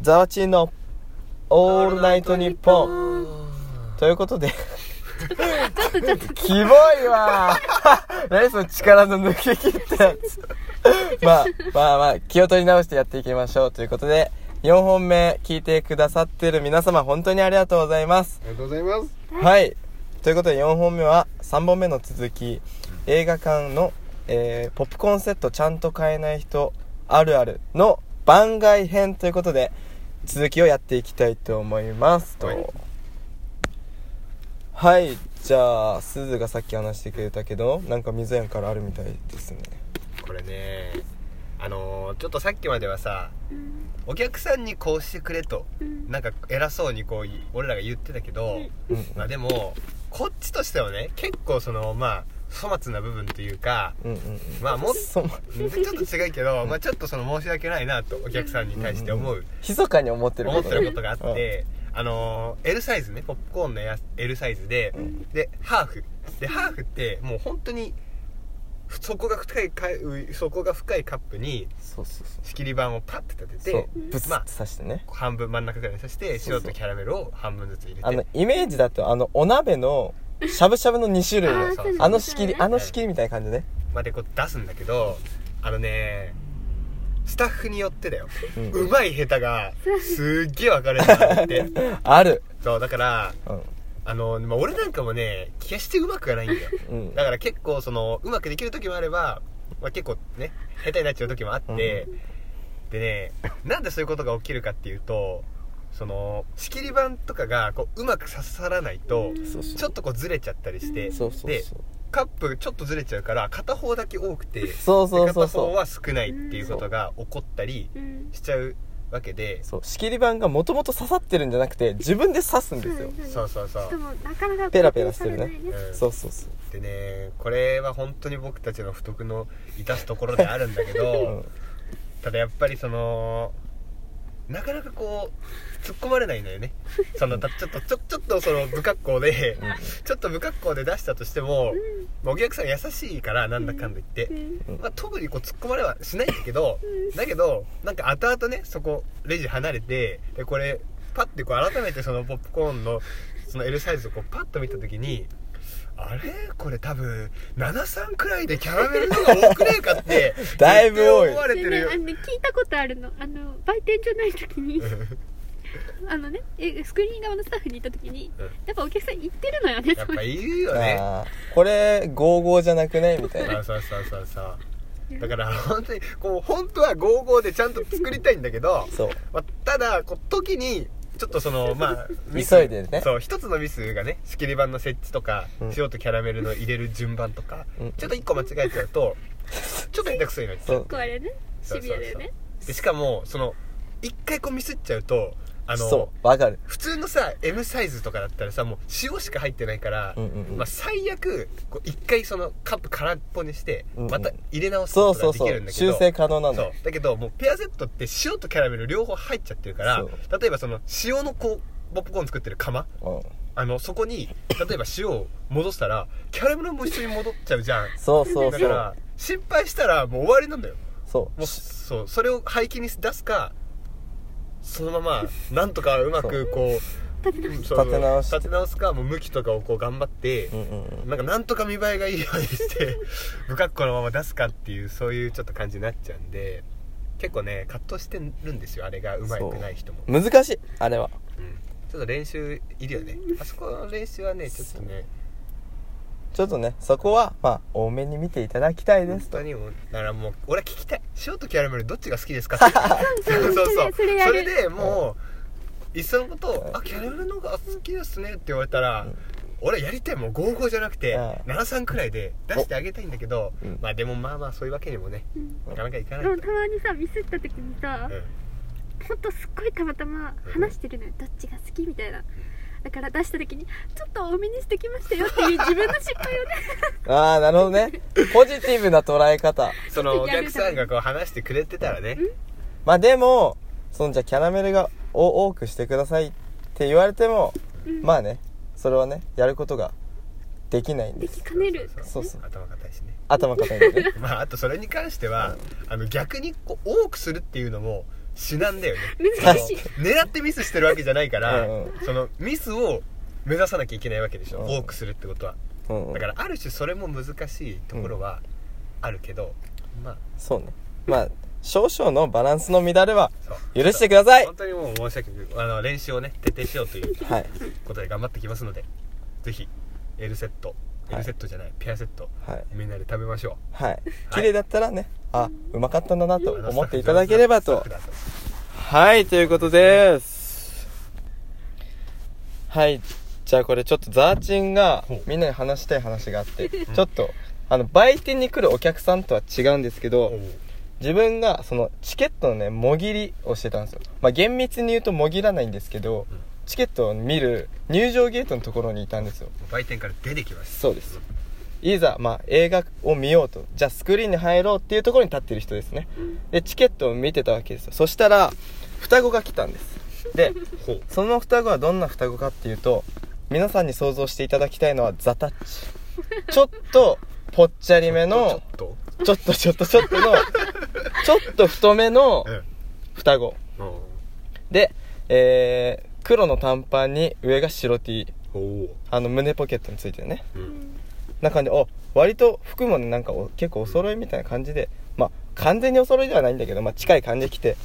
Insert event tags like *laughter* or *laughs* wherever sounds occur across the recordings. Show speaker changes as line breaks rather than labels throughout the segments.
ザワチンのオールナイトニッポン。ということで。キモいわー何その力の抜け切ったやつ。まあまあまあ、気を取り直してやっていきましょうということで、4本目聞いてくださってる皆様本当にありがとうございます。
りがとうございます
はい。ということで4本目は3本目の続き、映画館の、えーポップコーンセットちゃんと買えない人あるあるの番外編ということで、続きをやっていきたいと思いますと。は
はいい、
じゃあ、すずがさっき話してくれたけど、なんか水園からあるみたいですね。
これねあのーちょっとさっきまではさお客さんにこうしてくれとなんか偉そうにこう俺らが言ってたけど
うん
まあでもこっちとしてはね結構そのまあ粗末な部分というか
うんうんうん。
まあもっと
*laughs* そう、
でちょっと違うけど、まあ、ちょっとその申し訳ないなとお客さんに対して思う、
密かに思ってる
思
こ
っ
と
てることがあって、あのー L サイズねポップコーンのや L サイズで、でハーフでハーフってもう本当に底が深いか底が深いカップに
そうそうそう。
仕切り板をパッて立て
そう
て、
ブス
ま
ッ
あ
と刺してね。
半分真ん中ぐらいに刺して
そうそう
白とキャラメルを半分ずつ入れて
あの、イメージだと、あの、お鍋の、しゃぶしゃぶの2種類
あーそうそう
の、あの仕切り、あの仕切りみたいな感じね。
までこう出すんだけどあのねスタッフによってだよ、
う
うんまい下手がすっげえ分かれるなって
*laughs* ある。
そうだから
うん。
あの、まあ、俺なんかもね決してうまくはないんだよ
うん
だ。から結構そのうまくできる時もあれば、まあ、結構ね下手になっちゃう時もあって、でねなんでそういうことが起きるかっていうとその仕切り板とかがこううまく刺さらないと
そうそう
ちょっとこうずれちゃったりして
そうそう
で
そう。
カップちょっとずれちゃうから片方だけ多くて
そうそうそう
で片方
そう。
は少ないっていうことが起こったりしちゃうわけで
そう仕切り板がもともと刺さってるんじゃなくて自分で刺すんですよ、
そうそうそう
しかもなかなか
ペラペラしてるね
固定されない
うん
そうそうそう
でねこれは本当に僕たちの不徳の致すところであるんだけど、ただやっぱりそのなかなかこう突っ込まれないのよねそのたちょっとちょちょっとその不格好で、ちょっと不格好で出したとしても、まあお客さん優しいからなんだかんだ言って、まあ、特にこう突っ込まれはしないんだけどだけどなんか後々ねそこレジ離れてでこれパッてこう改めてそのポップコーンのその L サイズをこうパッと見た時にあれこれ多分73くらいでキャラメルの方が多くねえかって
*laughs* だいぶ多い
絶対思われてるよ
でねあの聞いたことあるのあの売店じゃない時にあのねえスクリーン側のスタッフに行った時に
うん
やっぱお客さん行ってるのよね
やっ
そ
ぱ
れ
言うよね
あーこれ55じゃなくねみたい
そ
な
うそうそうそうそうだから本当にこう本当は55でちゃんと作りたいんだけど
そう
まあ、ただこう時にちょっとそのまあ
*laughs*
ミス
急いでね
そう一つのミスがね仕切り板の設置とか、
うん
塩とキャラメルの入れる順番とか、
うん
ちょっと一個間違えちゃ
*laughs*
うとちょっと下手くそになっちゃ
そうう
これねシビアだよね
でしかもその一回こうミスっちゃうとあの
そうわかる
普通のさ M サイズとかだったらさもう塩しか入ってないから、
うんうんうん
まあ、最悪こう一回そのカップ空っぽにして
うんうん
また入れ直す
そ
こ
う
と
そ
が
う
で
そ
き
う
るんだけど
修正可能なんだ
そうだけどもうペアセットって塩とキャラメル両方入っちゃってるから
そう
例えばその塩のこうポップコーン作ってる釜
うん、
あのそこに例えば塩を戻したらキャラメルも一緒に戻っちゃうじゃん
そうそう
だ
そ
か
う
ら心配したらもう終わりなんだよ
そ
も
う
うそうそれを廃棄に出すかその
*laughs*
ままなんとかうまくこう立
立て直して
立て直すかもう向きとかをこう頑張って
うんうんうん
なんかなんとか見栄えがいいようにして *laughs* 不格好のまま出すかっていうそういうちょっと感じになっちゃうんで結構ね葛藤してるんですよあれがうまくない人も、
難しいあれは
うんちょっと練習いるよねあそこの練習はねちょっとね
ちょっとねそこはまあ多めに見ていただきたいで
本
すと
当にもうだからもう俺は聞きたい塩とキャラメルどっちが好きですか
*laughs*
ってそうそうそう
それやる
でもういっそのこと「あキャラメルの方が好きですね」って言われたら、俺はやりたいもう55じゃなくて、
う
73くらいで出してあげたいんだけど、
うん
まあでもまあまあそういうわけにもね
うん
なかなかいかない
でもたまにさミスった時にさ
うん
ほんとすっごいたまたま話してるのよどっちが好きみたいなだから出した時にちょっと多めにしてきましたよっていう自分の失敗をね
ああなるほどねポジティブな捉え方
そのお客さんがこう話してくれてたらね
まあでもそのじゃあキャラメルがを多くしてくださいって言われても、
うん
まあねそれはねやることができないん
で
で
き
す
かねる
そうそう
頭固いしね
頭固いんでね
*laughs*
まああとそれに関してはあの逆にこう多くするっていうのも至難だよね
難しい
狙ってミスしてるわけじゃないから
うんうん
そのミスを目指さなきゃいけないわけでしょ
うん
多くするってことは
うん
だからある種それも難しいところはあるけど、まあ
そうねまあ少々のバランスの乱れは
そう
許してくだ
*laughs*
さい
本当にもう申し訳ないあの練習をね徹底しようという
はい
ことで頑張ってきますのでぜひ L セット
はい
L セットじゃない、ペアセット
はい
みんなで食べましょ
はい綺麗だったらねあうまかったんだなと
うあの
思っていただければ
スタッ *laughs*
と
フだと
はいということですはいじゃあこれちょっとザーチンが
ほう
みんなに話したい話があって
ん
ちょっとあの売店に来るお客さんとは違うんですけど
おう
自分がそのチケットのねもぎりをしてたんですよ、まあ、厳密に言うともぎらないんですけど
うん
チケットを見る入場ゲートのところにいたんですよ
売店から出てきます
そうですいざ、まあ、映画を見ようとじゃあスクリーンに入ろうっていうところに立ってる人ですねでチケットを見てたわけですよそしたら双子が来たんですで
ほう
その双子はどんな双子かっていうと皆さんに想像していただきたいのはザタッチちょっとぽっちゃりめ
ちょ
の
っと
ちょっとちょっとちょっとのちょっと太めの
うん
双子
おう
で、えー、黒の短パンに上が白 T
おう
あの胸ポケットについてるね
うん
中であ割と服もねなんかお結構お揃いみたいな感じでまあ完全にお揃いではないんだけど、まあ、近い感じで来て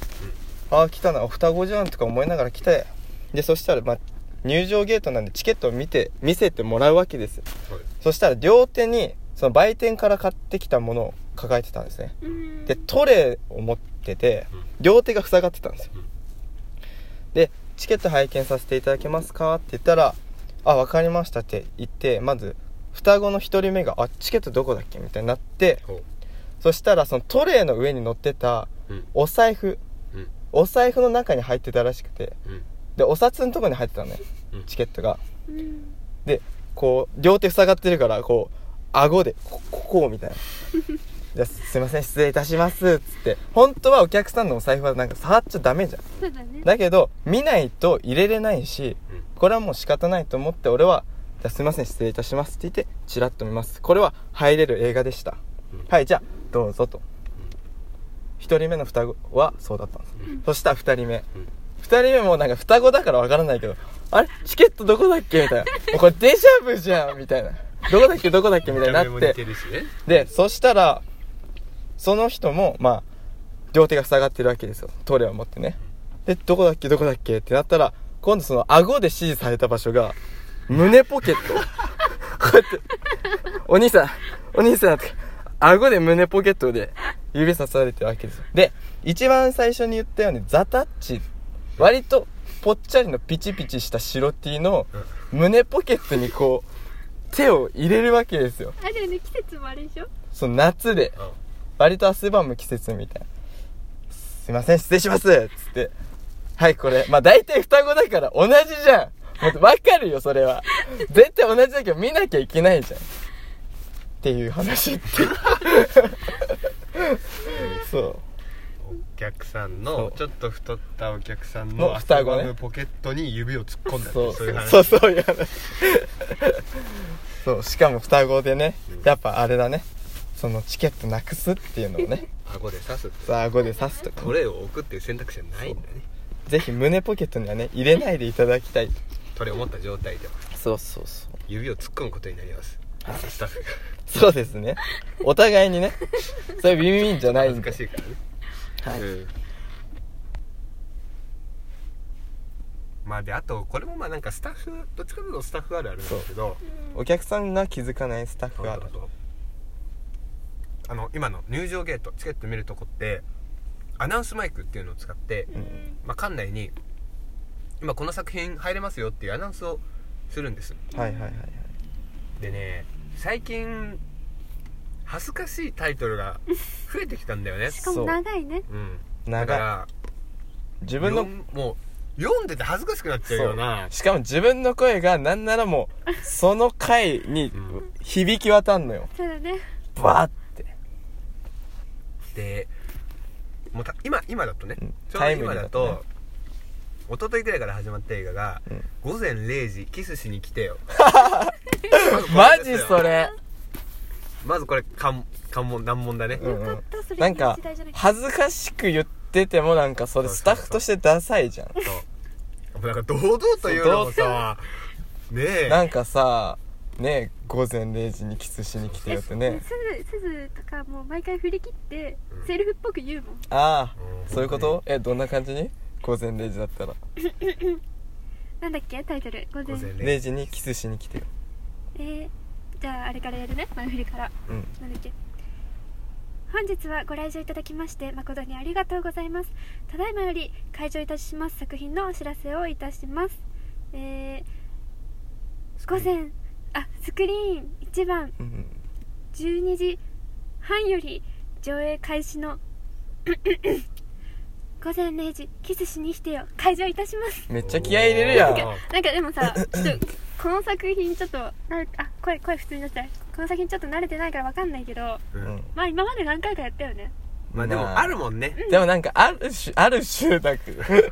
ああ来たなお双子じゃんとか思いながら来てでそしたら、まあ、入場ゲートなんでチケットを見て見せてもらうわけですよ
はい
そしたら両手にその売店から買ってきたものを抱えてたんですね
うん
でトレーを持ってて両手が塞がってたんですよ
うん
でチケット拝見させていただけますかって言ったら「あ分かりました」って言ってまず双子の1人目が「あチケットどこだっけ?」みたいになって
ほ
そしたらそのトレーの上に乗ってた
ううん
お財布
うん
お財布の中に入ってたらしくて
うん
でお札のとこに入ってたのね
うん
チケットが
うん
でこう両手塞がってるからこう顎でこここうみたいなじゃあすいません失礼いたしますっつって本当はお客さんのお財布はなんか触っちゃダメじゃん
そうだね
だけど見ないと入れれないし
うん
これはもう仕方ないと思って俺は「じゃあすいません失礼いたします」って言ってチラッと見ますこれは入れる映画でした
うん
はいじゃあどうぞと1人目の双子はそうだったんです
うん
そしたら2人目
うん
2人目もなんか双子だからわからないけどあれチケットどこだっけみたいなもうこれデジャブじゃんみたいなどこだっけどこだっけみたいにな
見た目も
っ
似
て
てるしね
でそしたらその人もまあ両手が塞がってるわけですよトレーを持ってねでどこだっけどこだっけってなったら今度その顎で指示された場所が胸ポケット *laughs* こうやって「お兄さんお兄さん」って顎で胸ポケットで指さされてるわけですよで一番最初に言ったようにザタッチ割とぽっちゃりのピチピチした白 T の胸ポケットにこう手を入れるわけですよ
あれよね季節もあれでしょ
その夏で
うん
割と汗ばむ季節みたいな「すいません失礼します」っつって「はいこれまあ大体双子だから同じじゃん」もうわかるよそれは絶対同じだけど見なきゃいけないじゃんっていう話ってそ
お客さん
そ
の
う
ちょっと太ったお客さん
の
の
双子ね
頭のポケットに指を突っ込んだ
う
って
そう
そういう話
そうそういう話そうしかも双子でねやっぱあれだねそのチケットなくすっていうのをね
顎で刺すって
さあ顎で刺すとか
トレーを置くっていう選択肢はないんだね
ぜひ胸ポケットにはね入れないでいただきたい
トレーを持った状態では
そうそうそう
指を突っ込むことになりますスタッフが
そうですねお互いにねそれビビビンじゃない
恥
ん
ず
で
かしいから
は
ね
い
うんまあであとこれもまあなんかスタッフどっちかというとスタッフあるあるなんですけど
お客さんが気づかないスタッフがある
あの今の入場ゲートチケット見るとこってアナウンスマイクっていうのを使って、
うん
まあ、館内に今この作品入れますよっていうアナウンスをするんです
はいはいはいはい
でね最近恥ずかしいタイトルが増えてきたんだよ
*laughs*
ね
しかも長いね
うんだか
長い
ら
自分の
読んもう読んでて恥ずかしくなっちゃうような
しかも自分の声がなんならもうその回に
うん
響き渡んのよ
そうだね
バーって
でもうた今今だとね、
うん
ちょう
タ
ど
イムリ
今
ーだ
だ
とね
と一昨日ぐらいから始まった映画が「
うん
午前0時キスしに来て
*laughs*
よ」
マジそれ
まずこれ関関門難問だね、
うんうん
よかったそれ
なんか
時代じゃなくて
恥ずかしく言っっててもなんかそれスタッフとしてダサいじゃん
そうなんか堂々というのもさねえ
なんかさね午前0時にキスしに来てよってね
すずすずとかもう毎回振り切って
うん
セルフっぽく言うもん
あ
うん
あそういうことえどんな感じに午前0時だったら
なんだっけタイトル午前
午前
0
0時
時にキスしに来てよ
えー、じゃああれからやるね前振りから
うん
なんだっけ本日はご来場いただきまして誠にありがとうございますただいまより開場いたします作品のお知らせをいたしますえー、午前あスクリーン1番
うん
12時半より上映開始の *coughs* 午前0時キスしに来てよ開場いたします
めっちゃ気合い入れるやん
おー
なんかでもさちょっとこの作品ちょっとなあ声声普通になってないこの作品ちょっと慣れてないからわかんないけど
う
う
んん
まあ今まで何回かやったよね
まあでもあるもんね
でもなんかある種ある種なんか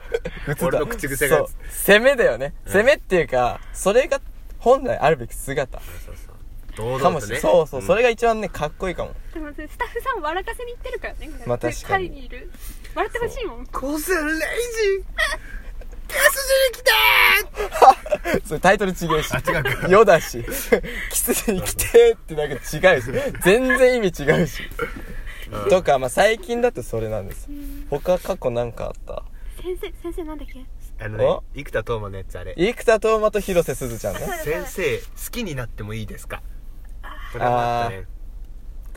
*laughs* 俺の口癖が
そう攻めだよね、攻めっていうかそれが本来あるべき姿
そうそう堂
かも
々
しれな
とね
いそうそう、そ
れ
れが一番ねかっこいいか
*laughs*
も
でもそれスタッフさんを笑かせに行ってるからね
まあ確かに
会にいる笑ってほしいもん
午前0時キスしに来て
それタイトル違うし
あ違うか
世だし *laughs* キスに来てってなんか違うし全然意味違うし
うん
とかまあ最近だとそれなんです他過去なんかあった
先生先生なんだっけ
あのね
お
生田斗真のやつあれ
生田斗真と広瀬すずちゃんね
先生好きになってもいいですかこれもあったね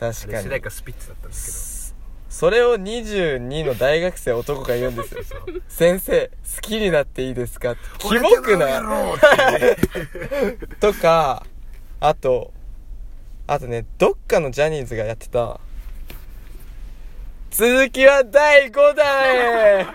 あ
確
れ
か
主題
に
歌スピッツだったんです
それを22の大学生男が言うんですよ
けどそう
先生好きになっていいですかってキ
俺
モ
と
く
か
な
や
い
ろうってね
*laughs* とかあとあとねどっかのジャニーズがやってた続きは第5弾へ